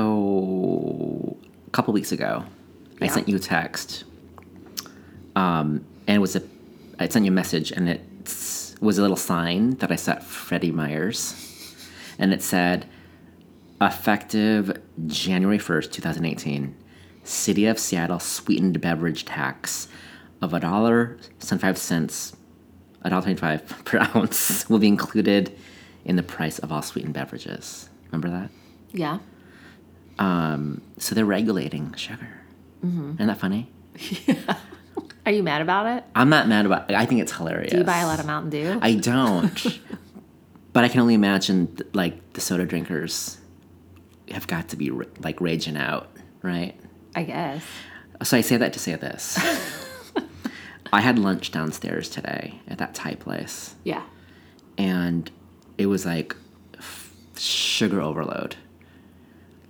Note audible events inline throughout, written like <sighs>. So a couple weeks ago, I Yeah. sent you a text, um, and it was a I sent you a message, and it s- was a little sign that I set Freddie Myers, and it said, effective January first, two thousand eighteen, City of Seattle sweetened beverage tax of a dollar seventy five cents, a dollar twenty five <laughs> per ounce will be included in the price of all sweetened beverages. Remember that? Yeah. So they're regulating sugar. Mm-hmm. Isn't that funny? Are you mad about it? I'm not mad about. I think it's hilarious. Do you buy a lot of Mountain Dew? I don't. <laughs> but I can only imagine th- like the soda drinkers have got to be r- like raging out, right? I guess. So I say that to say <laughs> this. I had lunch downstairs today at that Thai place, Yeah. and it was like f- sugar overload.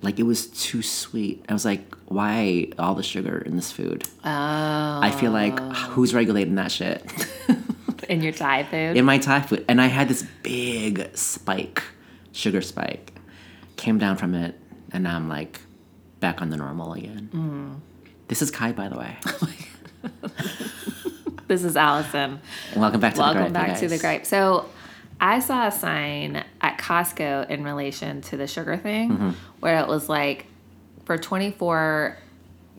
Like it was too sweet. I was like, why all the sugar in this food? Oh. I feel like who's regulating that shit In your Thai food? in my Thai food? And I had this big spike, sugar spike, came down from it, and now I'm like back on the normal again. Mm. This is Kai, by the way, this is Allison. and welcome back to Welcome the gripe. back guys. to the gripe. So, I saw a sign at Costco in relation to the sugar thing, Mm-hmm. where it was like for 24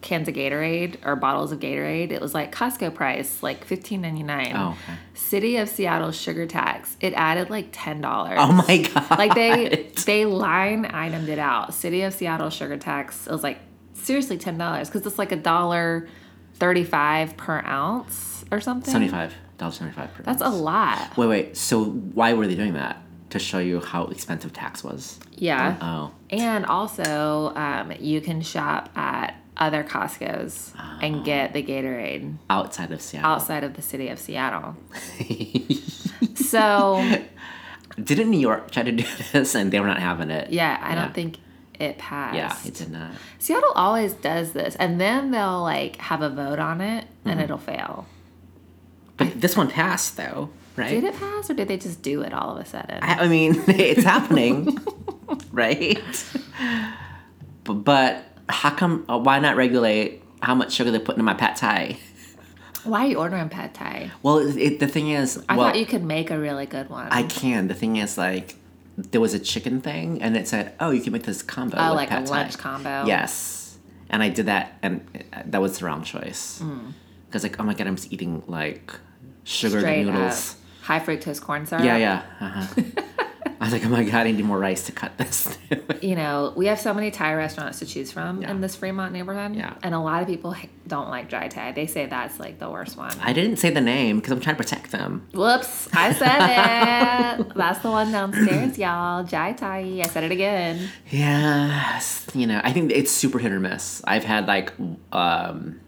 cans of Gatorade or bottles of Gatorade, it was like Costco price, like $15.99. Oh, okay. City of Seattle sugar tax. It added like ten dollars. Oh my god! Like <laughs> they they line itemed it out. City of Seattle sugar tax. It was like seriously ten dollars because it's like a dollar thirty five per ounce or something. seventy-five dollars, seventy-five per. That's a ounce. lot. Wait, wait. So why were they doing that? To show you how expensive tax was. Yeah. Oh, And also, um, you can shop at other Costco's Ah. and get the Gatorade outside of Seattle. outside of the city of Seattle. so <laughs> Didn't New York try to do this and they were not having it? yeah, I Yeah. don't think it passed. Yeah, it did not. Seattle always does this, and then they'll like have a vote on it, and Mm-hmm. it'll fail. But this one passed though, right? Did it pass, or did they just do it all of a sudden? I I mean, <laughs> it's <laughs> happening, right? But, but how come? uh, Why not regulate how much sugar they're putting in my pad thai? Why are you ordering pad thai? Well, it, it, the thing is, I well, thought you could make a really good one. I can. The thing is, like, there was a chicken thing, and it said, "Oh, you can make this combo." oh, with like a pad thai." lunch combo. Yes, and I did that, and uh, that was the wrong choice. Mm. Because like, oh my god, I'm just eating like sugar straight noodles. up high fructose corn syrup. Yeah, yeah. Uh-huh. I was like, oh my god, I need more rice to cut this. You know, we have so many Thai restaurants to choose from in this Fremont neighborhood, Yeah. and a lot of people h- don't like dry Thai. They say that's like the worst one. <laughs> I didn't say the name because I'm trying to protect them. Whoops, I said <laughs> it. that's the one downstairs, y'all. Jai Thai. I said it again. Yes, you know, I think it's super hit or miss. I've had like um,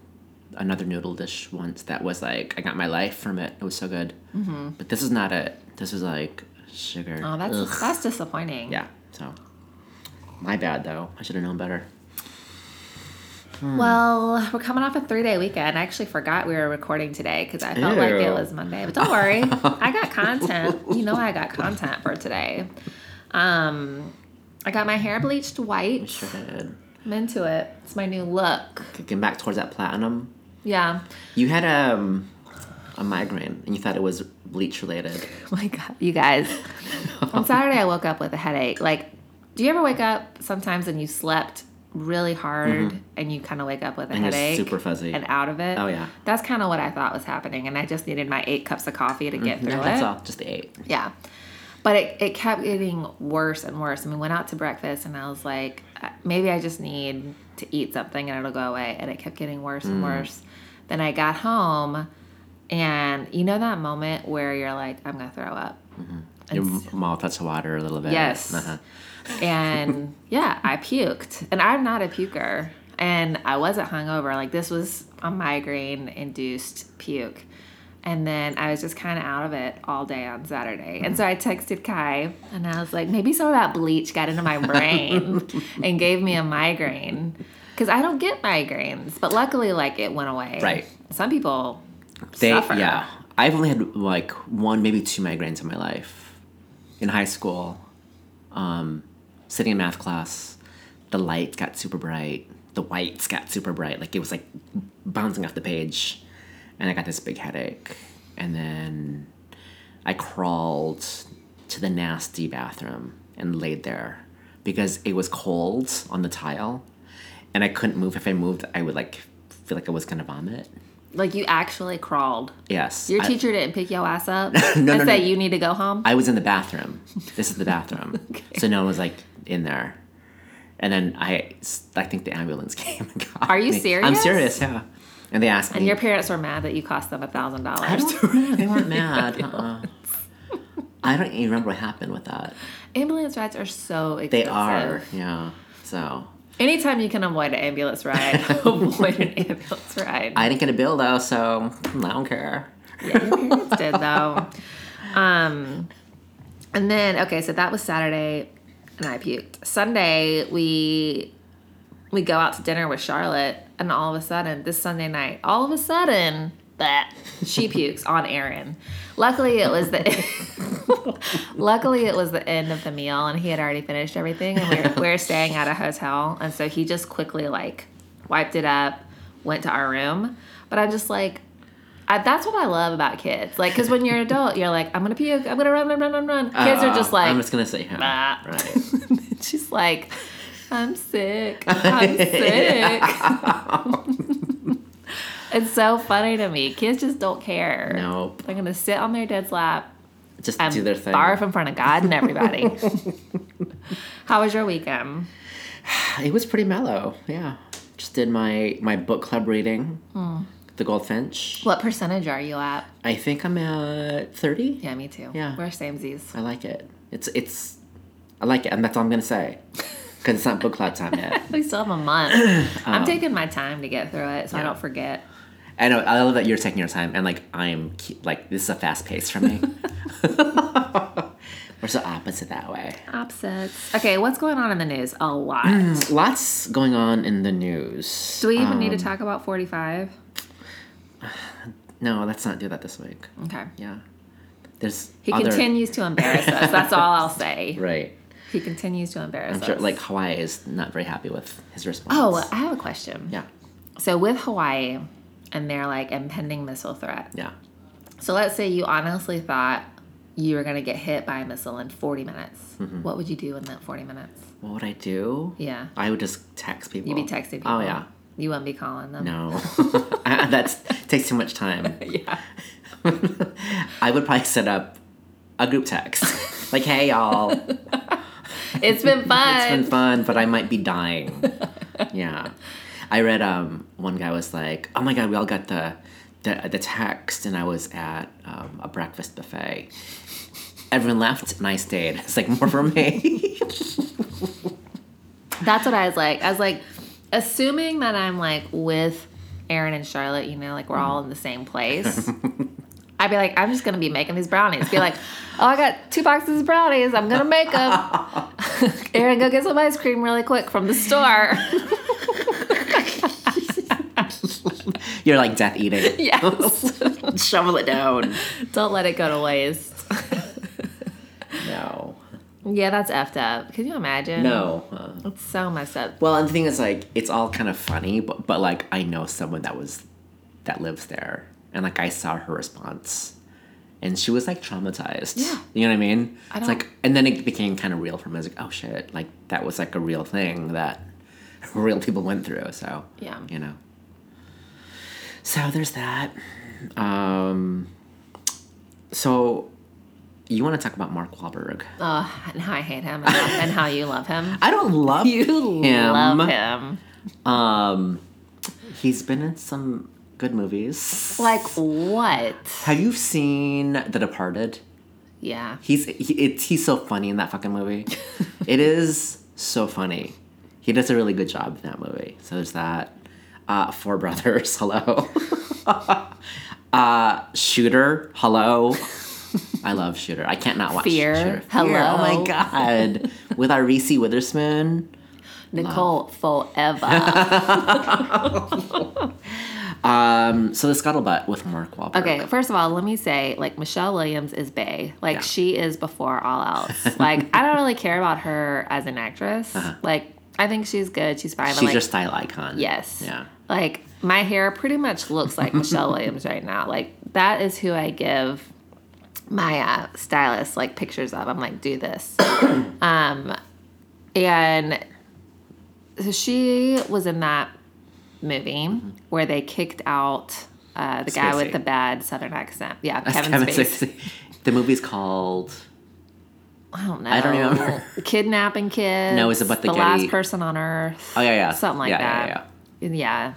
another noodle dish once that was like I got my life from it. It was so good. Mm-hmm. But this is not it. This is like sugar. Oh, that's Ugh. that's disappointing. yeah. So my bad though. I should have known better. Well, we're coming off a three day weekend. I actually forgot we were recording today because I felt like Ew. it was Monday. But don't worry, I got content. You know, I got content for today. Um, I got my hair bleached white. Sure did. I'm into it. It's my new look. Kicking back towards that platinum. <laughs> Yeah. You had um a migraine and you thought it was bleach related. Oh my God, you guys. <laughs> On Saturday, I woke up with a headache. Like, do you ever wake up sometimes and you slept really hard and you kind of wake up with a Mm-hmm. And you're headache? super fuzzy. And out of it? Oh, yeah. That's kind of what I thought was happening. And I just needed my eight cups of coffee to get through No, it. Mm-hmm. that's all. Just the eight. Yeah. But it, it kept getting worse and worse. I mean, went out to breakfast and I was like, uh, maybe I just need to eat something and it'll go away. And it kept getting worse Mm. and worse. Then I got home and you know that moment where you're like, I'm going to throw up. Mm-hmm. Your m- mouth touched the water a little bit. Yes. Uh-huh. And yeah, I puked. And I'm not a puker. And I wasn't hungover. Like, this was a migraine induced puke. And then I was just kind of out of it all day on Saturday. And so I texted Kai and I was like, maybe some of that bleach got into <laughs> my brain and gave me a migraine. Because I don't get migraines. But luckily, like, it went away. Right. Some people They, suffer. yeah. I've only had like one, maybe two migraines in my life. In high school, um, sitting in math class, the lights got super bright, the whites got super bright, like it was like bouncing off the page, and I got this big headache, and then I crawled to the nasty bathroom and laid there because it was cold on the tile, and I couldn't move. If I moved, I would like feel like I was gonna vomit. Like you actually crawled. Yes, Your I- teacher didn't pick your ass up and <laughs> no, no. say you need to go home. I was in the bathroom. This is the <laughs> bathroom. So no one was like in there. And then I, I think the ambulance <laughs> came. And got Are you me. I'm serious? serious. Yeah. And they asked and me. <laughs> your parents were mad that you cost them a thousand I dollars. don't know. They weren't <laughs> mad. Uh-uh. I don't even remember what happened with that. Ambulance rides are so expensive. They are. Yeah. So Anytime you can avoid an ambulance ride, <laughs> avoid an ambulance ride. I didn't get a bill though, so hmm, I don't care. yeah, your parents <laughs> did though. Um, and then okay, so that was Saturday, and I puked. Sunday we we go out to dinner with Charlotte, and all of a sudden, this Sunday night, all of a sudden, that <laughs> she pukes on Aaron. Luckily, it was the. <laughs> Luckily, it was the end of the meal, and he had already finished everything. And we were, <laughs> we were staying at a hotel, and so he just quickly like wiped it up, went to our room. But I'm just like, I, that's what I love about kids. Like, because when you're an adult, you're like, I'm gonna puke, I'm gonna run, run, run, run, run. Kids Uh, are just like, I'm just gonna say yeah. "Bah." Right. <laughs> she's like, <laughs> I'm sick, I'm sick. it's so funny to me. Kids just don't care. Nope. They're gonna sit on their dad's lap Just and do their thing. barf in front of God <laughs> and everybody. <laughs> How was your weekend? <sighs> It was pretty mellow. Yeah. Just did my my book club reading. Hmm. The Goldfinch. What percentage are you at? I think I'm at 30. Yeah, me too. Yeah. we're samesies. I like it. It's it's I like it, and that's all I'm gonna <laughs> say. Cause it's not book club time yet. We still have <clears throat> a month. I'm taking my time to get through it, so I Oh. yeah. don't forget. I know. I love that you're taking your time, and like I'm ke- like this is a fast pace for <laughs> me. We're so opposite that way. Opposites. Okay, what's going on in the news? A lot. <clears throat> Lots going on in the news. Um, Do we even need to talk about 45? No, let's not do that this week. Okay. Yeah, there's He other continues to embarrass us. That's all <laughs> I'll say. right. He continues to embarrass I'm sure us. like Hawaii is not very happy with his response. oh, I have a question. yeah, So with Hawaii and their like impending missile threat. yeah, So let's say you honestly thought you were going to get hit by a missile in 40 minutes. Mm-hmm. What would you do in that 40 minutes? what would I do? Yeah. I would just text people. You'd be texting people. Oh yeah. You wouldn't be calling them. No, <laughs> that takes too much time. <laughs> Yeah. I would probably set up a group text, like, "Hey y'all, it's <laughs> It's been fun. been fun, but I might be dying." Yeah, I read um one guy was like, "Oh my god, we all got the the, the text," and I was at um, a breakfast buffet. Everyone left, and I stayed. It's like more for me. <laughs> That's what I was like. I was like, assuming that I'm like with Aaron and Charlotte, you know, like we're all in the same <laughs> place. I'd be like, I'm just gonna be making these brownies. Be like, oh, I got two boxes of brownies. I'm gonna make them. <laughs> Aaron, go get some ice cream really quick from the store. You're like death eating. <laughs> yes, <laughs> Shovel it down. don't let it go to waste. No. Yeah, that's effed up. Can you imagine? No. Uh, it's so messed up. Well, and the thing is, like, it's all kind of funny, but but like, I know someone that was that lives there, and like, I saw her response, and she was like traumatized. Yeah. you know what I mean. I It's don't- like, and then it became kind of real for me. I was like, oh shit, like that was like a real thing that <laughs> real people went through. So Yeah. you know. So there's that. Um, so you want to talk about Mark Wahlberg? Oh, and how I hate him, and how- and how you love <laughs> him. I don't love <laughs> You him. love him. Um, he's been in some good movies. Like what? have you seen The Departed? Yeah. He's he, it's he's so funny in that fucking <laughs> movie. it is so funny. He does a really good job in that movie. So there's that. Uh, Four Brothers, <laughs> hello. uh, Shooter, <laughs> hello. I love Shooter. I can't not watch Fear, Shooter. hello. Oh my god. With our Reese Witherspoon. Nicole forever. <laughs> Um, so the Scuttlebutt with Mark Wahlberg. okay, first of all, let me say, like Michelle Williams is Bay. Like Yeah. she is before all else. like I don't really care about her as an actress. Like I think she's good. She's fine. but, Uh-huh. She's like, your style icon. Yes. Yeah. Like my hair pretty much looks like Michelle Williams right now. Like that is who I give my uh, stylist like pictures of. I'm like, <coughs> do this. um, and so she was in that movie where they kicked out uh, the guy with Spacey. the bad southern accent. Yeah, That's Kevin, Kevin Spacey. Spacey. The movie's called. I don't know. I don't remember. Kidnapping kids. No, is it about the the last Getty- person on earth? Oh yeah, yeah. Something like yeah, that. Yeah, And yeah. yeah.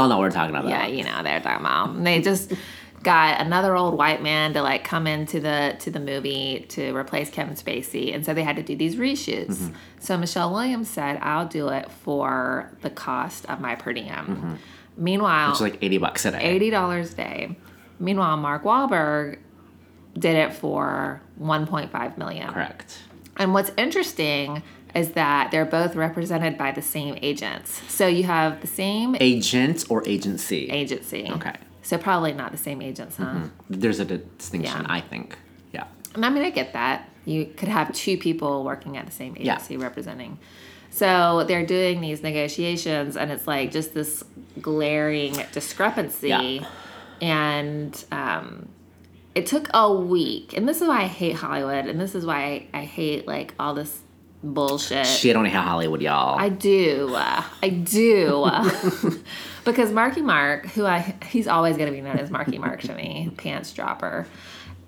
Y'all know what we're talking about. yeah, you know, they're talking about. They just got another old white man to like come into the to the movie to replace Kevin Spacey, and so they had to do these reshoots. So Michelle Williams said, "I'll do it for the cost of my per diem." Meanwhile, It's like eighty bucks a day. eighty dollars a day. Meanwhile, Mark Wahlberg did it for one point five million. Correct. And what's interesting is that they're both represented by the same agents. So you have the same Agent or agency. agency. Okay. Mm-hmm. So probably not the same agents, huh? There's a distinction, Yeah. I think. Yeah. And I mean, I get that. You could have two people working at the same Yeah. agency representing. So they're doing these negotiations, and it's like just this glaring discrepancy. Yeah. And um, it took a week. And this is why I hate Hollywood, and this is why I, I hate like all this bullshit. Shit on how Hollywood, y'all. I do. uh, I do. because Marky Mark, who I he's always going to be known as Marky Mark to me, <laughs> pants dropper,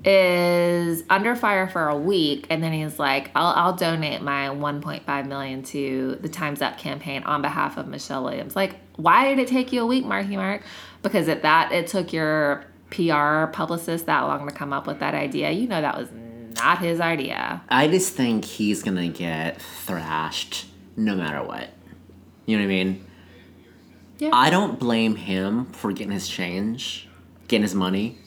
is under fire for a week and then he's like, "I'll I'll donate my 1.5 million to the Times Up campaign on behalf of Michelle Williams." Like, why did it take you a week, Marky Mark? Because at that it took your PR publicist that long to come up with that idea. You know that was not his idea. I just think he's gonna get thrashed no matter what. You know what I mean? Yeah. I don't blame him for getting his change, getting his money.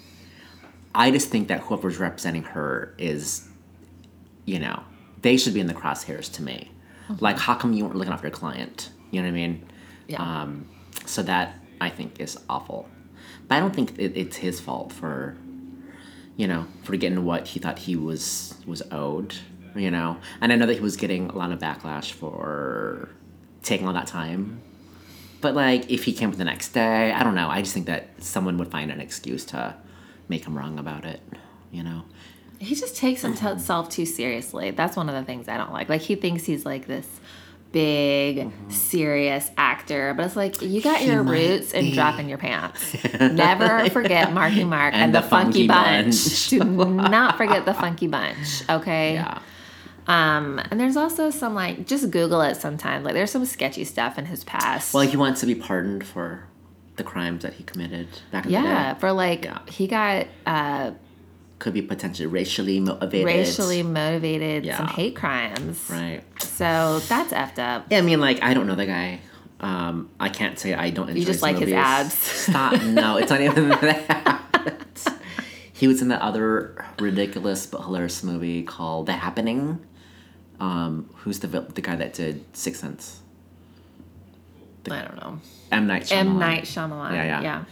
I just think that whoever's representing her is, you know, they should be in the crosshairs to me. Like, how come you weren't looking after your client? You know what I mean? Yeah. Um, so that I think is awful. But I don't think it, it's his fault for, you know, for getting what he thought he was was owed. You know, and I know that he was getting a lot of backlash for taking all that time. But like, if he came the next day, I don't know. I just think that someone would find an excuse to make him wrong about it. You know, He just takes Mm-hmm. himself too seriously. That's one of the things I don't like. Like he thinks he's like this big, serious actor, but it's like you got Mm-hmm. He your might roots and be. dropping <laughs> your pants. Never forget Marky Mark and, And the, the Funky, Funky Bunch. <laughs> Do not forget the Funky Bunch, okay? yeah, Um, and there's also some like just Google it sometimes. Like there's some sketchy stuff in his past. well, he wants to be pardoned for the crimes that he committed back in yeah, the day. for like he got uh, Could be potentially racially motivated. racially motivated Yeah. some hate crimes. right? So that's effed up. Yeah, I mean, like I don't know the guy. Um, I can't say I don't enjoy. just his like his movies. abs. <laughs> Stop! No, it's not even that. He was in that other ridiculous but hilarious movie called The Happening. Um, who's the vil- the guy that did Sixth Sense? I don't know. M Night. Shyamalan. M. Night Shyamalan. Yeah, yeah.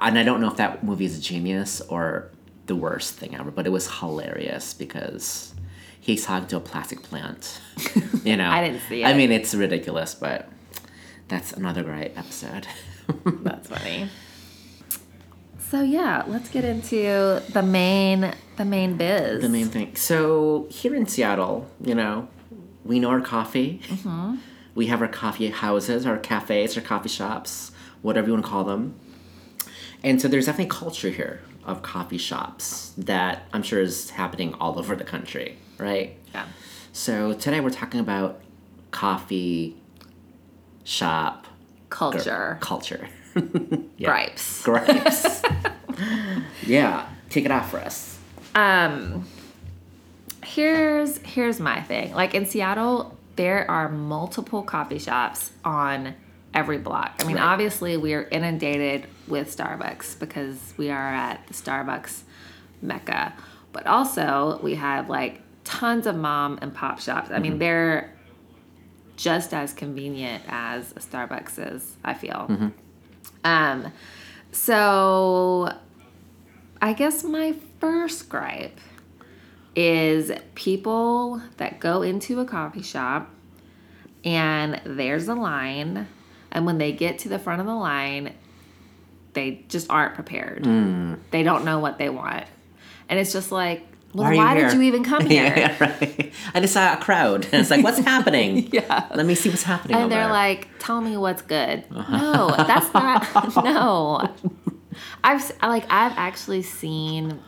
And I don't know if that movie is a genius or the worst thing ever, but it was hilarious because he's talking to a plastic plant. <laughs> You know, I didn't see I it. mean, it's ridiculous, but that's another great episode. <laughs> That's funny. So yeah, let's get into the main the main biz. the main thing. So here in Seattle, you know, we know our coffee. We have our coffee houses, our cafes, our coffee shops, whatever you want to call them. And so there's definitely culture here of coffee shops that I'm sure is happening all over the country, right? Yeah. So today we're talking about coffee shop culture. culture. <laughs> yeah. Gripes. Gripes. yeah. Take it off for us. Um here's here's my thing. Like in Seattle, there are multiple coffee shops on every block. I mean, Right. obviously we are inundated with Starbucks because we are at the Starbucks mecca. But also we have like tons of mom and pop shops. I Mm-hmm. mean, they're just as convenient as a Starbucks is, I feel. Mm-hmm. Um, so I guess my first gripe is people that go into a coffee shop and there's a line. And when they get to the front of the line, they just aren't prepared. Mm. They don't know what they want. And it's just like, well, are why, you did here? you even come here? <laughs> yeah, yeah, right. I just saw a crowd. <laughs> It's like, what's happening? <laughs> Yeah. Let me see what's happening. And over they're there. like, tell me what's good. No, that's not, <laughs> no. I've, s- I, like, I've actually seen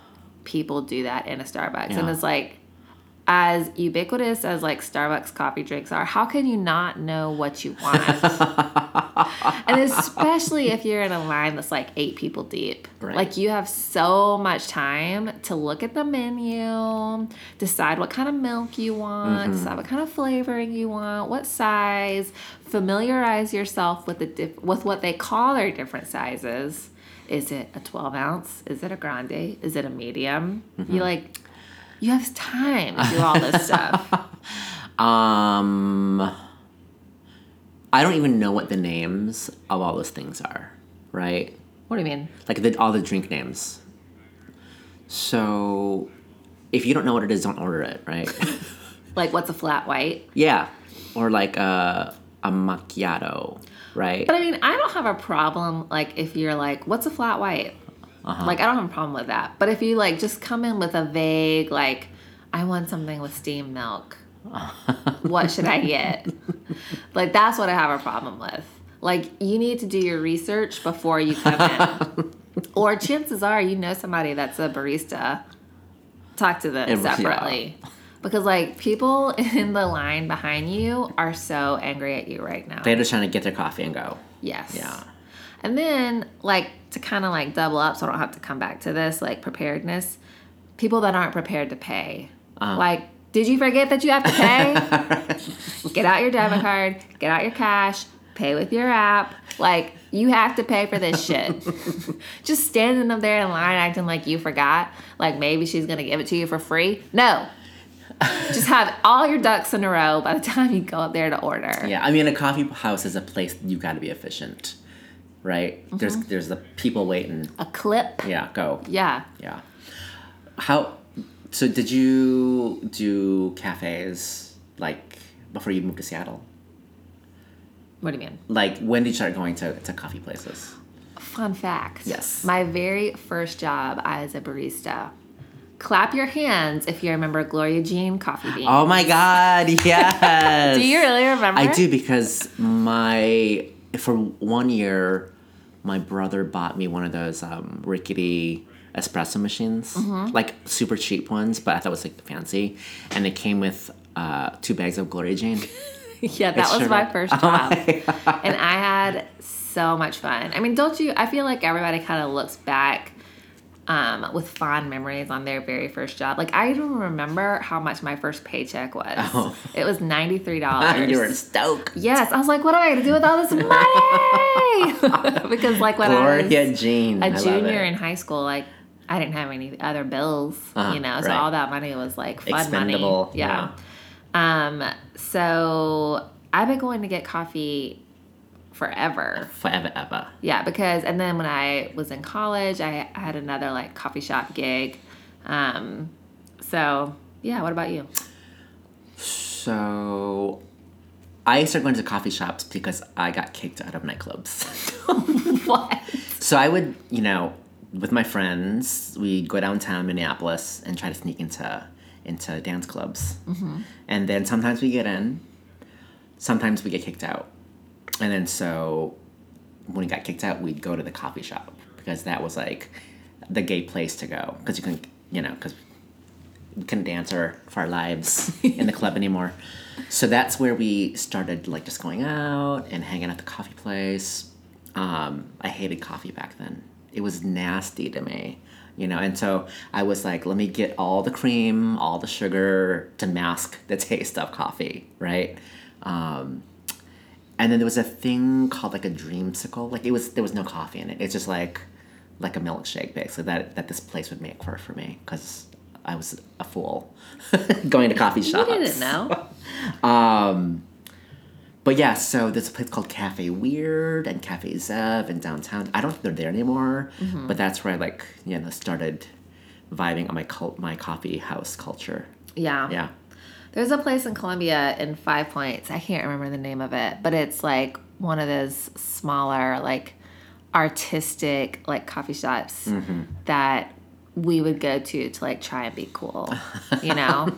people do that in a Starbucks. And Yeah. it's like, as ubiquitous as like Starbucks coffee drinks are, how can you not know what you want? and especially if you're in a line that's like eight people deep. Right. Like you have so much time to look at the menu, decide what kind of milk you want, decide what kind of flavoring you want, what size, familiarize yourself with the diff- with what they call their different sizes. Is it a 12 ounce? Is it a grande? Is it a medium? You like you have time to do all this stuff. Um, I don't even know what the names of all those things are, right? <laughs> What do you mean? Like the, all the drink names. So, if you don't know what it is, don't order it, <laughs> right? <laughs> Like what's a flat white? yeah, or like a a macchiato, right? But I mean, I don't have a problem like if you're like, what's a flat white? Uh-huh. Like I don't have a problem with that. But if you like just come in with a vague like, I want something with <laughs> steamed milk. what should I get? like that's what I have a problem with. Like you need to do your research before you come <laughs> in. or chances are you know somebody that's a barista. Talk to them And- yeah. separately. Because like people <laughs> in the line behind you are so angry at you right now. They're just trying to get their coffee and go. Yes. Yeah. And then, like, to kind of like double up so I don't have to come back to this, like, preparedness, people that aren't prepared to pay. Uh. Like, did you forget that you have to pay? <laughs> get out your debit card, get out your cash, pay with your app. Like, you have to pay for this <laughs> shit. Just standing up there in line acting like you forgot, like maybe she's gonna give it to you for free. <laughs> No. Just have all your ducks in a row by the time you go up there to order. Yeah, I mean, a coffee house is a place you got to be efficient, right? There's Mm-hmm. there's the people waiting. A clip. Yeah, go. Yeah. Yeah. How? So did you do cafes like before you moved to Seattle? What do you mean? Like when did you start going to, to coffee places? Fun fact. Yes. My very first job as a barista. Clap your hands if you remember Gloria Jean Coffee Bean. Oh my <laughs> God! Yes. do you really remember? Oh, I do because my for one year, my brother bought me one of those um, rickety espresso machines, Mm-hmm. like super cheap ones, but I thought it was like fancy, and it came with uh, two bags of Gloria Jane. <laughs> Yeah, that was sure my did. <laughs> Oh first job. and I had so much fun. I mean, don't you? I feel like everybody kind of looks back um, with fond memories on their very first job. Like, I even remember how much my first paycheck was. Oh. It <laughs> was $93. you were stoked. Yes, I was like, what am I going to do with all this money? <laughs> because, like, when I was Gloria Jean. I a love junior it. in high school, like I didn't have any other bills, Uh-huh, you know, so right. all that money was like fun Expendable, money. Yeah. Um, so I've been going to get coffee forever. forever ever. Yeah, because and then when I was in college, I, I had another like coffee shop gig. Um, so yeah, what about <laughs> you? So I started going to coffee shops because I got kicked out of nightclubs. <laughs> what? so I would, you know, with my friends, we'd go downtown Minneapolis and try to sneak into into dance clubs. Mm-hmm. And then sometimes we get in, sometimes we get kicked out. And then so when we got kicked out, we'd go to the coffee shop because that was like the gay place to go because you can, you know, because we couldn't dance our, for our lives in the club anymore. So that's where we started like just going out and hanging at the coffee place. Um, I hated coffee back then. It was nasty to me, you know. And so I was like, let me get all the cream, all the sugar to mask the <laughs> taste of coffee, right? Um, and then there was a thing called like a dreamsicle. Like it was there was no coffee in it. It's just like like a milkshake basically that that this place would make for for me because I was a fool <laughs> going to coffee You shops. didn't <laughs> know. But yeah, so there's a place called Cafe Weird and Cafe Zev in downtown. I don't think they're there anymore, Mm-hmm. but that's where I like you know started vibing on my cult my coffee house culture. Yeah. Yeah. There's a place in Columbia in Five Points. I can't remember the name of it, but it's like one of those smaller, like artistic, like coffee shops Mm-hmm. that we would go to to like try and be cool, you <laughs> know?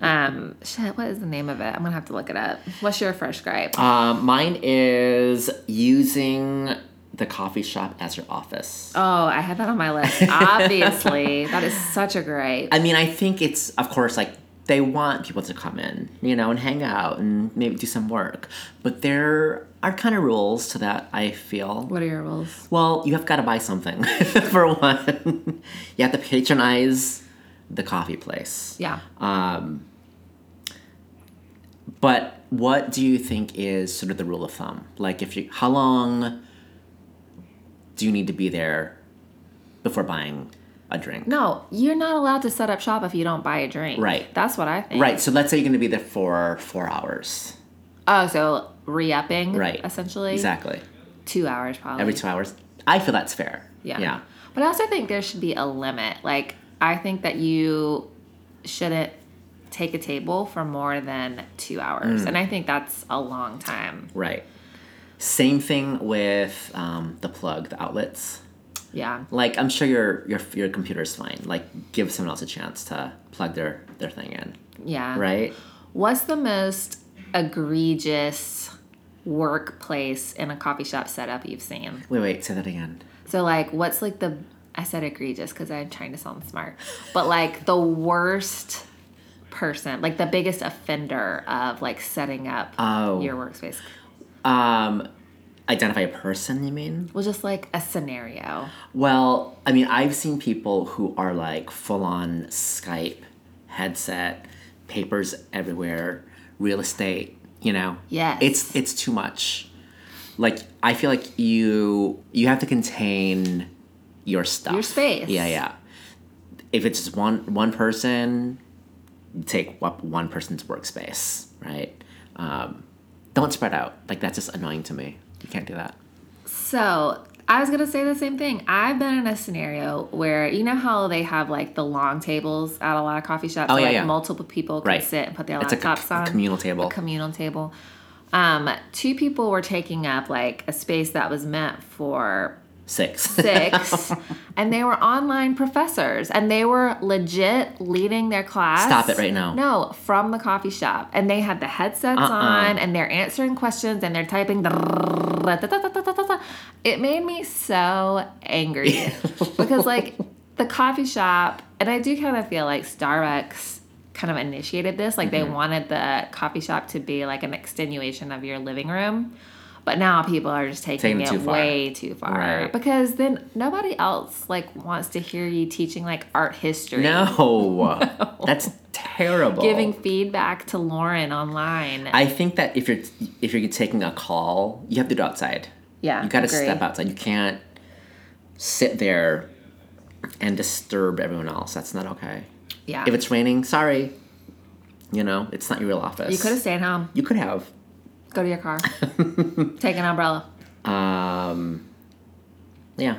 um, shit, what is the name of it? I'm gonna have to look it up. What's your fresh gripe? Um, mine is using the coffee shop as your office. Oh, I had that on my <laughs> list. Obviously, that is such a gripe. I mean, I think it's, of course, like they want people to come in, you know, and hang out and maybe do some work. But there are kind of rules to that, I feel. What are your rules? Well, you have got to buy something, <laughs> for one. you have to patronize the coffee place. Yeah. But what do you think is sort of the rule of thumb? Like, if you, how long do you need to be there before buying a drink? No, you're not allowed to set up shop if you don't buy a drink. Right. That's what I think. Right. So let's say you're going to be there for four hours. Oh, so re upping, Right. essentially. Exactly. Two hours probably. Every two hours. I feel that's fair. Yeah. Yeah. But I also think there should be a limit. Like, I think that you shouldn't take a table for more than two hours. Mm. And I think that's a long time. Right. Same thing with um, the plug, the outlets. Yeah. Like I'm sure your your your computer's fine. Like give someone else a chance to plug their their thing in. Yeah. Right. What's the most egregious workplace in a coffee shop setup you've seen? Wait, wait. Say that again. So like, what's like the I said egregious because I'm trying to sound smart, but like the worst person, like the biggest offender of like setting up Oh. your workspace. Um, identify a person. You mean? Well, just like a scenario. Well, I mean, I've seen people who are like full on Skype, headset, papers everywhere, real estate, you know. Yes. It's it's too much. Like I feel like you you have to contain your stuff. Your space. Yeah, yeah. If it's just one one person, take up one person's workspace, right? Um, don't spread out. Like that's just annoying to me. You can't do that. So I was gonna say the same thing. I've been in a scenario where you know how they have like the long tables at a lot of coffee shops. Oh, so, yeah, like yeah. multiple people can Right. sit and put their It's a co- laptops on communal table. A communal table. Um, two people were taking up like a space that was meant for Six. <laughs> <laughs> six, and they were online professors, and they were legit leading their class. Stop it right now. Uh-uh. No, from the coffee shop, and they had the headsets on, and they're answering questions, and they're typing. <laughs> It made me so <laughs> angry because, like, the coffee shop, and I do kind of feel like Starbucks kind of initiated this. Like, Mm-hmm. they wanted the coffee shop to be like an extenuation of your living room. But now people are just taking, Taking it it, too far. way too far Right. because then nobody else like wants to hear you teaching like art history. <laughs> No, that's terrible. Giving feedback to Lauren online. I think that if you're if you're taking a call, you have to do it outside. yeah. You got to agree. step outside. You can't sit there and disturb everyone else. That's not okay. Yeah. If it's raining, sorry. You know, it's not your real office. you could have stayed home. You could have. Go to <laughs> your car. Take an umbrella. Um, yeah,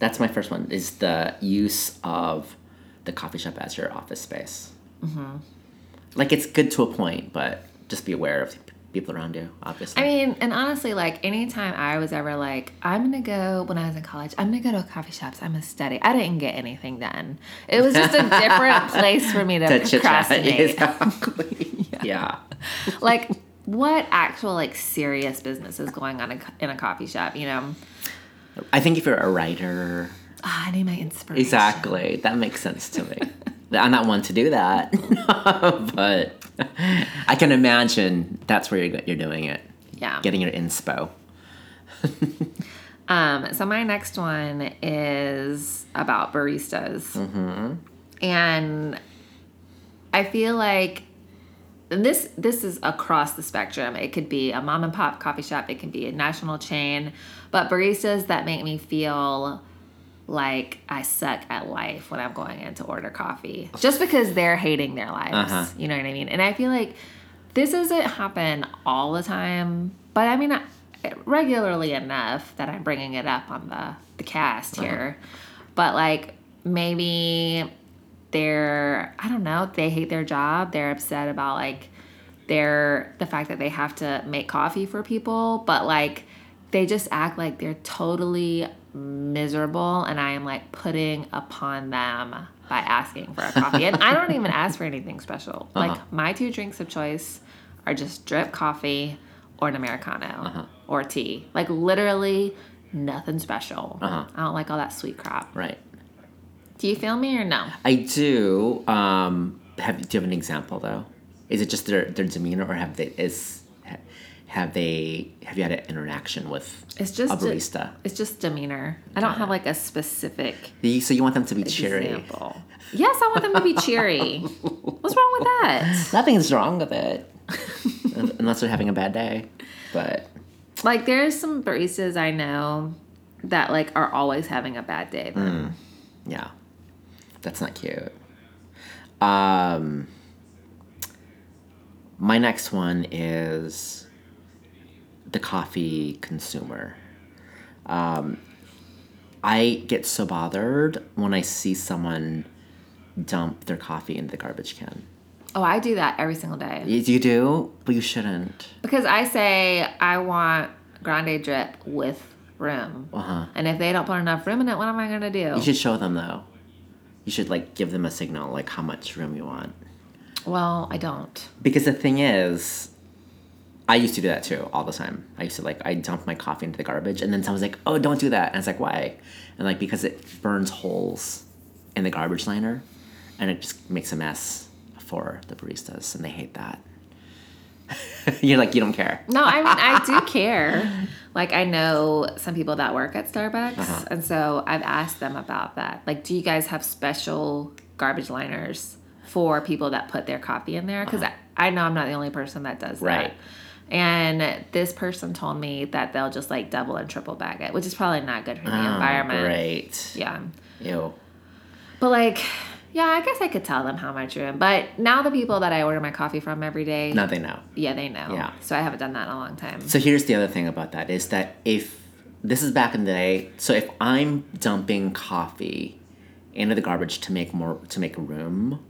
that's my first one. Is the use of the coffee shop as your office space. Mm-hmm. Like it's good to a point, but just be aware of the p- people around you. Obviously, I mean, and honestly, like anytime I was ever like, I'm gonna go when I was in college, I'm gonna go to coffee shops, I'm gonna study. I didn't get anything done. It was just a <laughs> different place for me to, The chit-chat, <laughs> procrastinate. exactly. yeah. like what actual like serious business is going on in co- in a coffee shop you know I think if you're a writer, Ah, i need my inspiration exactly, that makes sense to me. I'm not one to do that, <laughs> but I can imagine that's where you're, you're doing it, yeah getting your inspo. um so my next one is about baristas and i feel like and this this is across the spectrum it could be a mom and pop coffee shop it can be a national chain but baristas that make me feel like i suck at life when i'm going in to order coffee just because they're hating their lives Uh-huh. you know what i mean and i feel like this doesn't happen all the time but i mean I, regularly enough that i'm bringing it up on the the cast here but like maybe they're I don't know, they hate their job, they're upset about like their the fact that they have to make coffee for people, but like they just act like they're totally miserable and I am like putting upon them by asking for a coffee. and I don't even ask for anything special. Like my two drinks of choice are just drip coffee or an americano or tea. Like literally nothing special. I don't like all that sweet crap. Right. Do you feel me or no? I do. Um, have do you have an example though? Is it just their their demeanor, or have they is ha- have they have you had an interaction with It's just a barista? it's just demeanor. I don't have like a specific You- so you want them to be cheery? example. Yes, I want them to be <laughs> cheery. What's wrong with that? Nothing's wrong with it, Un- unless they're having a bad day. But Like there's some baristas I know that like are always having a bad day. Hmm. yeah, that's not cute. Um, my next one is the coffee consumer. Um, I get so bothered when I see someone dump their coffee into the garbage can. Oh, I do that every single day. You you do, but you shouldn't. Because I say I want grande drip with room. Uh-huh. And if they don't put enough room in it, what am I going to do? You should show them though. You should like give them a signal like how much room you want. well, I don't. Because the thing is, I used to do that too all the time. I used to like I dump my coffee into the garbage, and then someone's like, "Oh, don't do that," and it's like, "Why?" And like because it burns holes in the garbage liner, and it just makes a mess for the baristas, and they hate that. <laughs> You're like, you don't care. No, I mean, I <laughs> do care. Like, I know some people that work at Starbucks, Uh-huh. and so I've asked them about that. Like, do you guys have special garbage liners for people that put their coffee in there? Because I, I know I'm not the only person that does Uh-huh. Right. that. And this person told me that they'll just like double and triple bag it, which is probably not good for the Oh, environment. Right. Yeah. Ew. But like, yeah, I guess I could tell them how much room. But now the people that I order my coffee from every day, Now they know. yeah, they know. Yeah. So I haven't done that in a long time. So here's the other thing about that is that if this is back in the day, so if I'm dumping coffee into the garbage to make more to make room,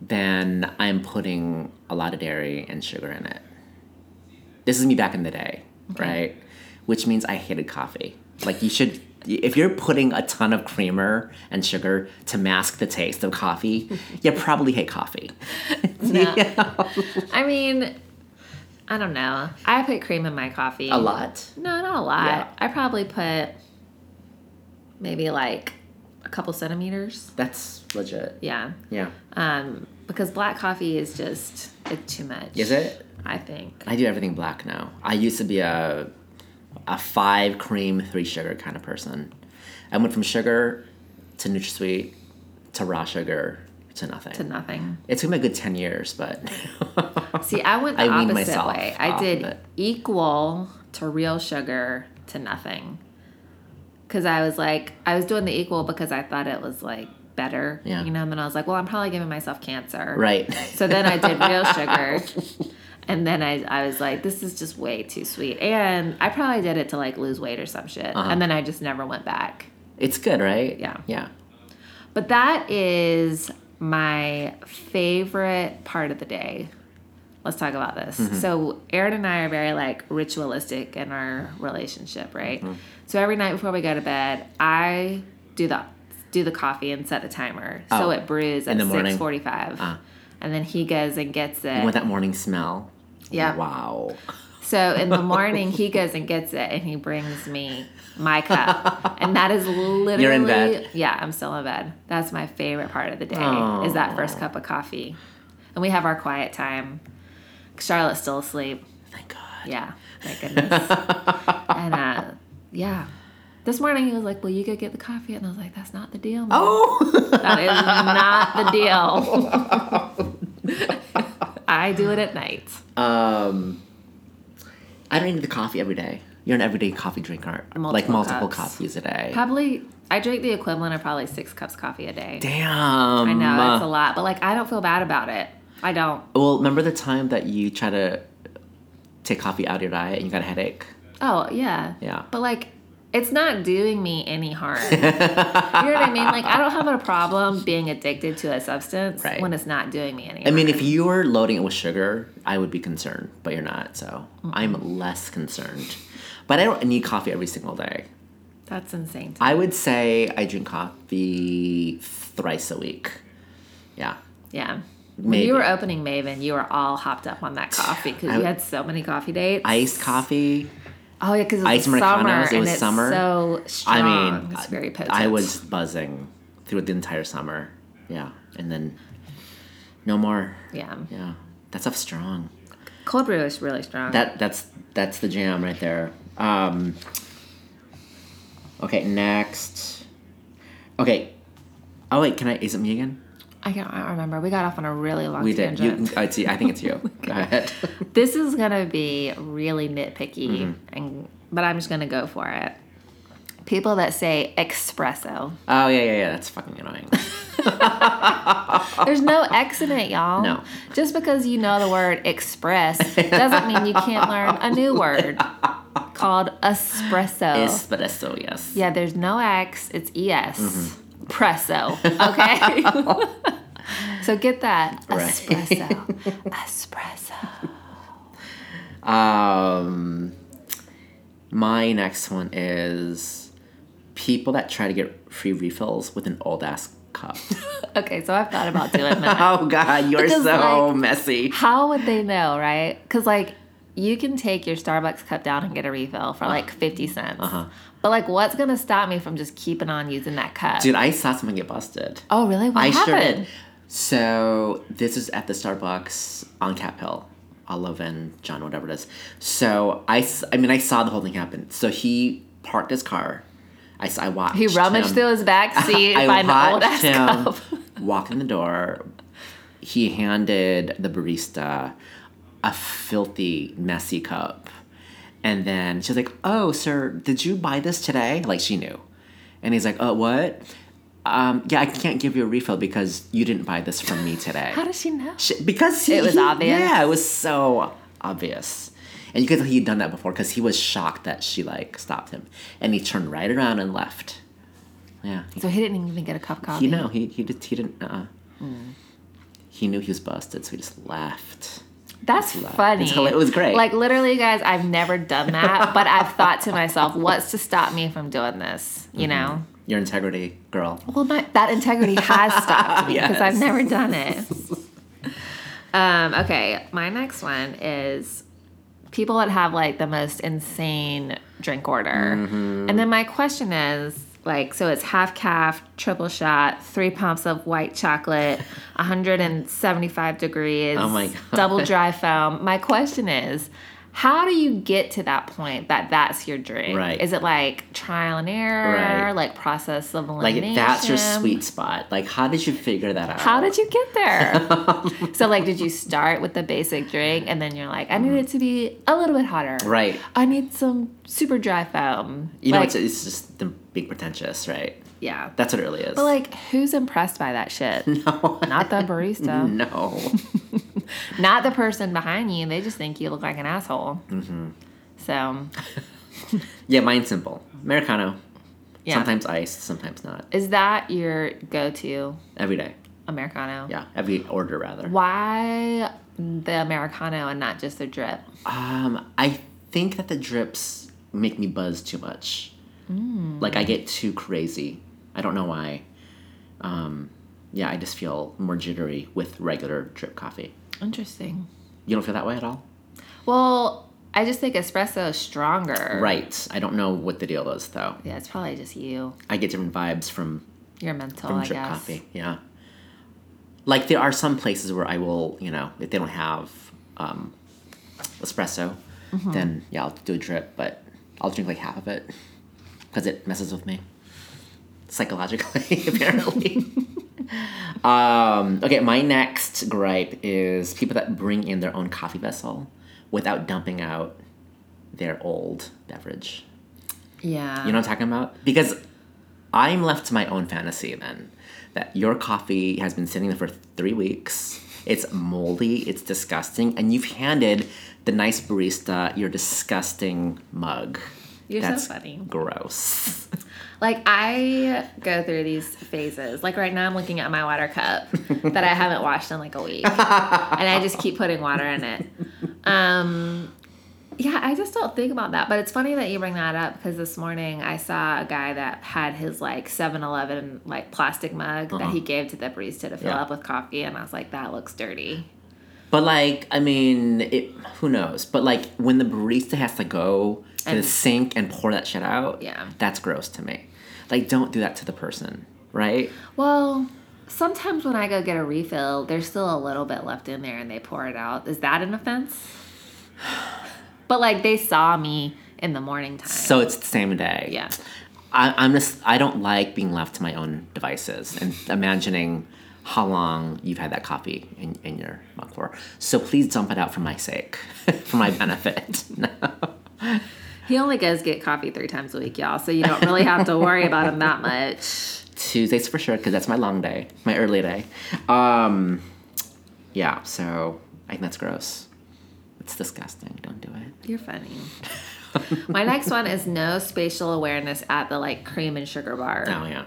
then I'm putting a lot of dairy and sugar in it. This is me back in the day, right? Which means I hated coffee. Like you should if you're putting a ton of creamer and sugar to mask the taste of coffee, you probably hate coffee. <laughs> I mean, I don't know. I put cream in my coffee. A lot. No, not a lot. Yeah. I probably put maybe like a couple centimeters. That's legit. Yeah. Yeah. Um, because black coffee is just it's too much. Is it? I think. I do everything black now. I used to be a a five cream, three sugar kind of person. I went from sugar to NutraSweet to raw sugar to nothing. To nothing. it took me a good ten years, but <laughs> See, I went the I weaned opposite myself way. off I of did it. equal to real sugar to nothing. Because I was like, I was doing the equal because I thought it was like better. Yeah. You know, and then I was like, well, I'm probably giving myself cancer. right. So then I did <laughs> real sugar. And then I, I was like, this is just way too sweet. And I probably did it to like lose weight or some shit. Uh-huh. And then I just never went back. It's good, right? Yeah. Yeah. But that is my favorite part of the day. Let's talk about this. Mm-hmm. So, Aaron and I are very like ritualistic in our relationship, right? Mm-hmm. So every night before we go to bed, I do the do the coffee and set a timer Oh, so it brews in at the morning. Ah. six forty five, and then he goes and gets it. And with that morning smell. Yeah. Wow. So <laughs> in the morning, he goes and gets it, and he brings me my cup, and that is <laughs> literally You're in bed. yeah, I'm still in bed. That's my favorite part of the day is Aw. that first cup of coffee, and we have our quiet time. Charlotte's still asleep. Thank God. Yeah, <laughs> thank goodness. and uh, yeah, this morning he was like, "Well, you go get the coffee," and I was like, "That's not the deal. man. Oh. <laughs> That is not the deal." <laughs> <laughs> I do it at night. um. I don't need the coffee every day. You're an everyday coffee drinker, like Multiple multiple cups. coffees a day. Probably, I drink the equivalent of probably six cups coffee a day. Damn. I know it's a lot, but like I don't feel bad about it. I don't. Well, remember the time that you tried to take coffee out of your diet and you got a headache? Oh yeah. Yeah. But like, it's not doing me <laughs> any harm. you know what I mean? Like, I don't have a problem being addicted to a substance Right. when it's not doing me any I harm. mean, if you were loading it with sugar, I would be concerned, but you're not, so I'm less concerned. But I don't need coffee every single day. That's insane. to me. I would say I drink coffee thrice a week. Yeah. Yeah. When Maybe. you were opening Maven, you were all hopped up on that coffee because you I- had so many coffee dates. Iced coffee. Oh yeah, because Ice it's summer Americanos, it and was it's summer. so I strong. mean, it's very potent. I was buzzing through the entire summer. Yeah. And then no more. yeah. Yeah. That stuff's strong. Cold brew is really strong. That that's that's the jam right there. Um, okay, next. Okay. Oh wait, can I? Is it me again? I can't I don't remember. We got off on a really long We did. tangent. You, oh, it's you. I think it's <laughs> you. Go ahead. This is gonna be really nitpicky, Mm-hmm. and but I'm just gonna go for it. People that say espresso, Oh yeah, yeah, yeah. That's fucking <laughs> annoying. there's <laughs> no X in it, y'all. No. Just because you know the word <laughs> express doesn't mean you can't learn a new word called espresso. Espresso, yes. Oh. yeah, there's no X. It's es. Mm-hmm. Presso. <laughs> Okay. <laughs> so get that Right. espresso. <laughs> espresso. Um, my next one is people that try to get free refills with an old ass cup. <laughs> Okay, so I've thought about doing that. oh God, you're Because, so like- messy. How would they know, right? Because like you can take your Starbucks cup down and get a refill for Uh-huh. like fifty cents. But like, what's gonna stop me from just keeping on using that cup? Dude, I saw someone get busted. oh, really? What I sure happened? did. So this is at the Starbucks on Cap Hill, Olive and John, whatever it is. So I, s- I mean, I saw the whole thing happen. So he parked his car. I, s- I watched. He rummaged him. through his back <laughs> seat I and find an old ass watched him cup. <laughs> walk in the door. He handed the barista a filthy, messy cup. And then she was like, Oh, sir, did you buy this today? Like she knew. And he's like, Oh, what? Um, yeah, I can't give you a refill because you didn't buy this from me today. How does she know? Sh- because he, It was he- obvious. Yeah, it was so obvious. And you could tell he'd done that before because he was shocked that she like stopped him, and he turned right around and left. Yeah, he, So he didn't even get a cup of coffee. he no, he he, did, he didn't. Uh, He knew he was busted, so he just left. That's It's funny. hila- it was great. Like literally, guys, I've never done that, but I've thought to <laughs> myself, what's to stop me from doing this? Mm-hmm. You know. Your integrity, girl. Well, my, that integrity has stopped me Yes. <laughs> because I've never done <laughs> it. um, okay, my next one is people that have like the most insane drink order. Mm-hmm. And then my question is like, so it's half calf, triple shot, three pumps of <laughs> white chocolate, 175 degrees, Oh my God. <laughs> double dry foam. My question is, how do you get to that point that that's your drink? Right. Is it like trial and error, Right. like process of Like that's your Nation. sweet spot. Like, how did you figure that out? How did you <laughs> get there? so, like, did you start with the basic drink and then you're like, I need it to be a little bit hotter? Right. I need some super dry foam. You know, like, it's, it's just the being pretentious, right? yeah. That's what it really is. <laughs> But, like, who's impressed by that shit? no, Not <laughs> the barista, no. Mm-hmm. not the person behind you. They just think you look like an asshole. Mm-hmm. So, yeah, mine's simple. Americano. yeah. Sometimes iced, sometimes not. Is that your go to Every day. Americano? Yeah, every order rather. Why the Americano and not just the drip? Um, I think that the drips make me buzz too much. Like I get too crazy. I don't know why. Um, yeah, I just feel more jittery with regular drip coffee. Interesting. You don't feel that way at all? Well, I just think espresso is stronger. Right. I don't know what the deal is though. Yeah, it's probably just you. I get different vibes from You're mental, from I drip guess. coffee. Yeah. Like there are some places where I will, you know, if they don't have um, espresso, Mm-hmm. then yeah, I'll do a drip, but I'll drink like half of it because it messes with me psychologically, <laughs> apparently. <laughs> um, okay, my next gripe is people that bring in their own coffee vessel without dumping out their old beverage. Yeah. You know what I'm talking about? Because I'm left to my own fantasy then that your coffee has been sitting there for three weeks. It's moldy, it's disgusting, and you've handed the nice barista your disgusting mug You're That's so funny. gross. <laughs> Like I go through these phases. Like right now, I'm looking at my <laughs> water cup that I haven't washed in like a week, and I just keep putting water in it. Um, yeah, I just don't think about that. But it's funny that you bring that up because this morning I saw a guy that had his like 7-Eleven like plastic mug that he gave to the barista to Uh-huh. fill Yeah. up with coffee, and I was like, that looks dirty. But like, I mean, it. Who knows? But like, when the barista has to go to the And- sink and pour that shit out, Yeah. that's gross to me. Like, don't do that to the person, right? Well, sometimes when I go get a refill, there's still a little bit left in there and they pour it out. Is that an offense? <sighs> But like they saw me in the morning time. So it's the same day. yeah. I, I'm just. I don't like being left to my own devices and imagining how long you've had that coffee in, in your mug for. So please dump it out for my sake, <laughs> for my benefit. <laughs> He only goes get coffee three times a week, y'all. So you don't really have to worry about him that much. Tuesdays for sure, because that's my long day, my early day. Um, yeah, so I think that's gross. It's disgusting. Don't do it. You're funny. My next one is no spatial awareness at the like cream and sugar bar. Oh yeah.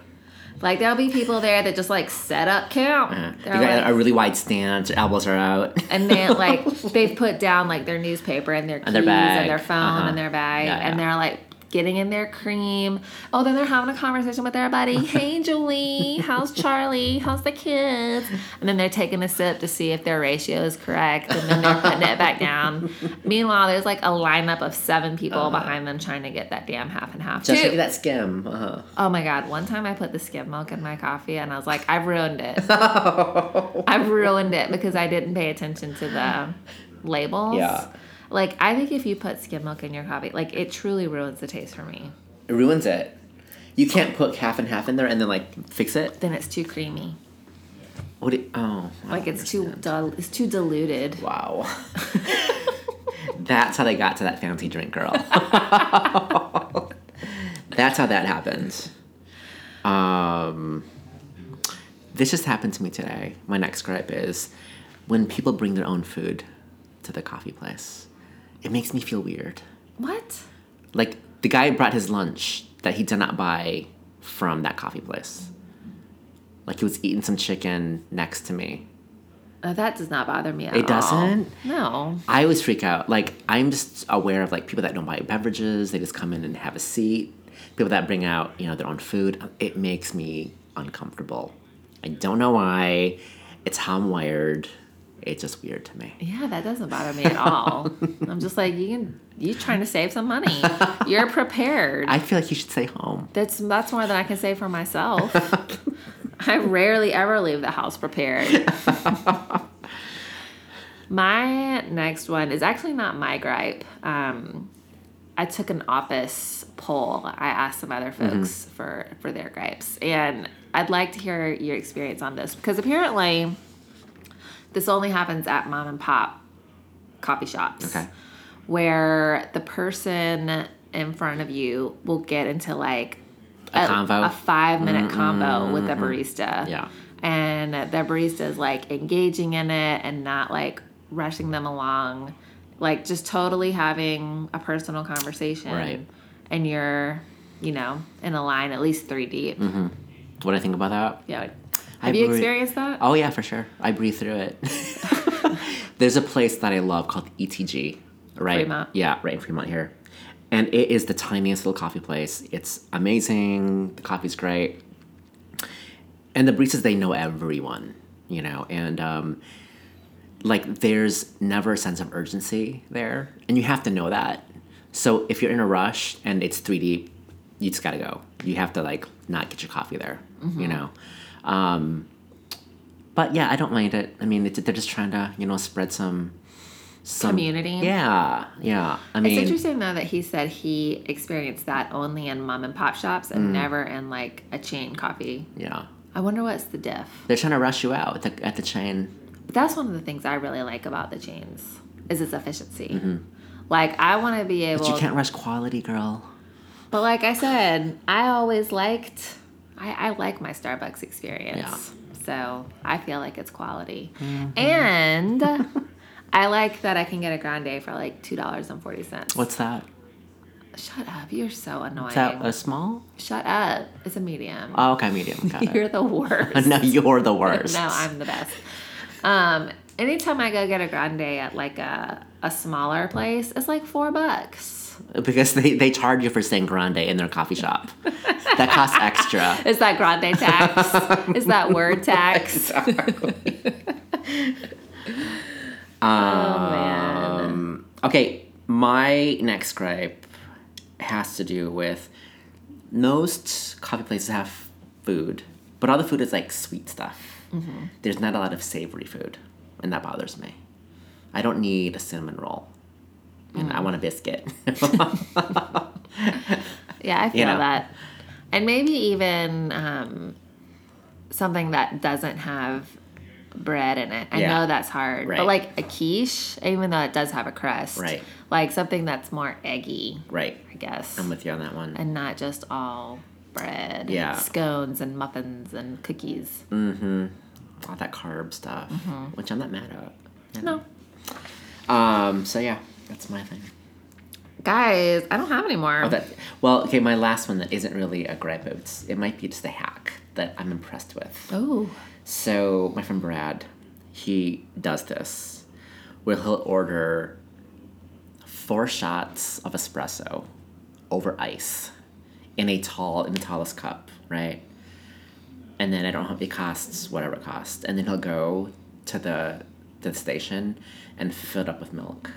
Like there'll be people there that just like set up camp. Uh, you They're got like- a really wide stance. Your elbows are out. <laughs> and then like they've put down like their newspaper and their keys And and their their, bag. phone Uh-huh. and their bag, Yeah, and yeah. they're like getting in their cream. Oh, then they're having a conversation with their buddy. <laughs> Hey, Julie, how's Charlie? How's the kids? And then they're taking a sip to see if their ratio is correct, and then they're putting it <laughs> back down. Meanwhile, there's like a lineup of seven people behind them trying to get that damn half and half. Uh-huh. Just Two. like that skim. Uh-huh. <laughs> Oh my god! One time I put the skim milk in my coffee, and I was like, I've ruined it. I've ruined it because I didn't pay attention to the labels. Yeah. Like I think if you put skim milk in your coffee, like it truly ruins the taste for me. It ruins it. You can't put half and half in there and then like fix it. Then it's too creamy. What? do- oh, I Like don't it's too <laughs> dil- it's too diluted. Wow. <laughs> That's how they got to that fancy drink <laughs> girl. That's how that happened. Um, this just happened to me today. My next gripe is when people bring their own food to the coffee place, it makes me feel weird. What? Like the guy brought his lunch that he did not buy from that coffee place. Like he was eating some chicken next to me. Oh, that does not bother me at It all. doesn't? No. I always freak out. Like I'm just aware of like people that don't buy beverages. They just come in and have a seat. People that bring out you know their own food. It makes me uncomfortable. I don't know why. It's how I'm wired. It's just weird to me. Yeah, that doesn't bother me <laughs> at all. I'm just like you can. You trying to save some money? You're prepared. I feel like you should stay home. That's that's more than I can say for myself. I rarely ever leave the house prepared. my next one is actually not my gripe. Um, I took an office poll. I asked some other folks for for their gripes, and I'd like to hear your experience on this because apparently, this only happens at mom and pop coffee shops Okay. where the person in front of you will get into like A convo? Mm-hmm. a five minute combo with the barista. Yeah. And the barista is like engaging in it and not like rushing them along, like just totally having a personal conversation. Right. And you're, you know, in a line at least three deep. What do I think about that? Yeah. Have Mm-hmm. I you agree. experienced that? Oh yeah, for sure. I breathe through <laughs> it. There's a place that I love called ETG, right? Fremont. Yeah, right in Fremont here, and it is the tiniest little coffee place. It's amazing. The coffee's great, and the baristas they know everyone, you know, and um, like there's never a sense of urgency there, and you have to know that. So if you're in a rush and it's 3D, you just gotta go. You have to like not get your coffee there, Mm-hmm. you know. Um, but yeah, I don't mind it. I mean, it, they're just trying to, you know, spread some, some Community? Yeah, yeah. I mean, It's interesting though that he said he experienced that only in mom and pop shops Hmm. and never in like a chain coffee. yeah, I wonder what's the diff. they're trying to rush you out at the, at the chain. But that's one of the things I really like about the chains is its efficiency. Like I want to be able, Mm-hmm. But you can't rush quality, girl. but like I said, I always liked, I, I like my Starbucks experience. So I feel like it's quality, Mm-hmm. <laughs> and I like that I can get a grande for like two dollars and forty cents. What's that? Shut up. You're so annoying. Is that Uh, a small? Shut up. It's a medium. Oh, okay, medium. Got it. <laughs> You're the <laughs> worst. no, you're the worst. <laughs> no, I'm the best. Um, anytime I go get a grande at like a, a smaller place, it's like four bucks. because they, they charge you for saying grande in their coffee shop. that costs extra. Is that grande <laughs> tax? Is that word tax? Um, okay, my next gripe has to do with most coffee places have food, but all the food is like sweet stuff. There's not a lot of savory food, and that bothers me. I don't need a cinnamon roll, and I want a biscuit. <laughs> Yeah, I feel know. that. And maybe even um, something that doesn't have bread in it. I Yeah. know that's hard. Right. But like a quiche, even though it does have a crust, Right. like something that's more eggy, right, I guess. I'm with you on that one. and not just all bread. Yeah. Mm. Scones and muffins and cookies. all that carb stuff, which I'm not mad at. No. Um. So yeah, that's my thing. Guys, I don't have any more. Oh, that. Well, okay. My last one that isn't really a gripe. It's, it might be just a hack that I'm impressed with. oh. So my friend Brad, he does this, where he'll order four shots of espresso over ice in a tall in the tallest cup, right? And then I don't know if it costs whatever it costs. And then he'll go to the to the station and fill it up with milk.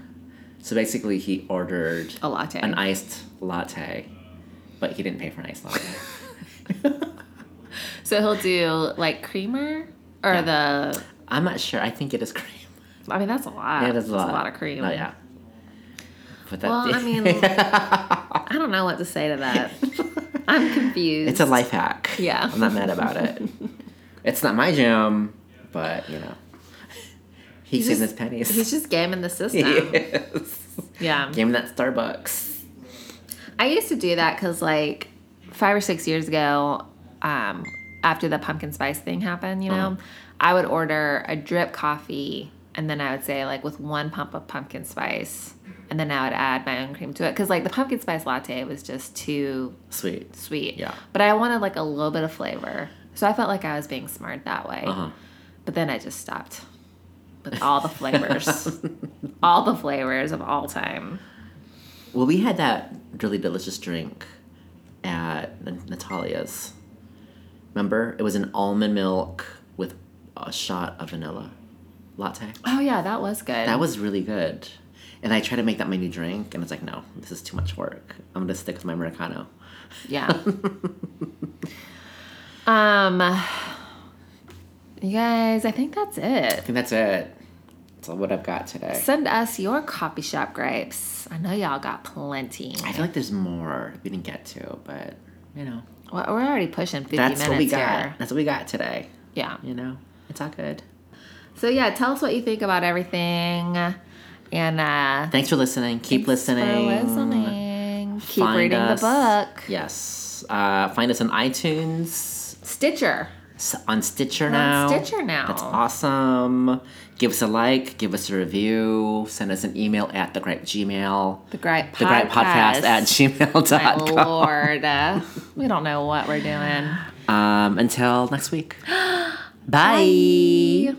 So basically he ordered A latte. an iced latte, but he didn't pay for an iced latte. so he'll do like creamer or the. <laughs> I'm not sure. I think it is cream. I mean, that's a lot. Yeah, that's a lot. of cream. Oh yeah. But that, Well, <laughs> I mean, I don't know what to say to that. I'm confused. it's a life hack. Yeah. I'm not mad about <laughs> it. it's not my jam, but you know, he's, um, in his just- pennies. <laughs> He's just gaming the system. yeah. yes. Give him that Starbucks. I used to do that because, like, five or six years ago, um, after the pumpkin spice thing happened, you know, Uh-huh. I would order a drip coffee and then I would say, like, with one pump of pumpkin spice. And then I would add my own cream to it. Because, like, the pumpkin spice latte was just too Sweet. sweet. Yeah. But I wanted like a little bit of flavor. So I felt like I was being smart that way. Uh-huh. But then I just stopped with all the <laughs> flavors. all the flavors of all time. Well, we had that really delicious drink at N- Natalia's. Remember, it was an almond milk with a shot of vanilla latte. Oh yeah, that was good. That was really good. And I tried to make that my new drink, and it's like, no, this is too much work. I'm gonna stick with my Americano. yeah. <laughs> um you guys, I think that's it. I think that's it. That's all what I've got today. Send us your coffee shop gripes. I know y'all got plenty. I feel like there's more we didn't get to, but you know, Well, we're already pushing 50 that's minutes what we got. here. That's what we got today. Yeah. You know, it's all good. So yeah, tell us what you think about everything, and uh, Thanks for listening. Keep listening. for listening. Keep Find reading us- the book. Yes. Uh, find us on iTunes, Stitcher. s- on Stitcher on now. Stitcher now. That's awesome. Give us a like, give us a review, send us an email at the gripe gmail. The Gripe Podcast. the great podcast at My gmail.com Lord, uh, we <laughs> don't know what we're doing. <gasps> um, until next week bye.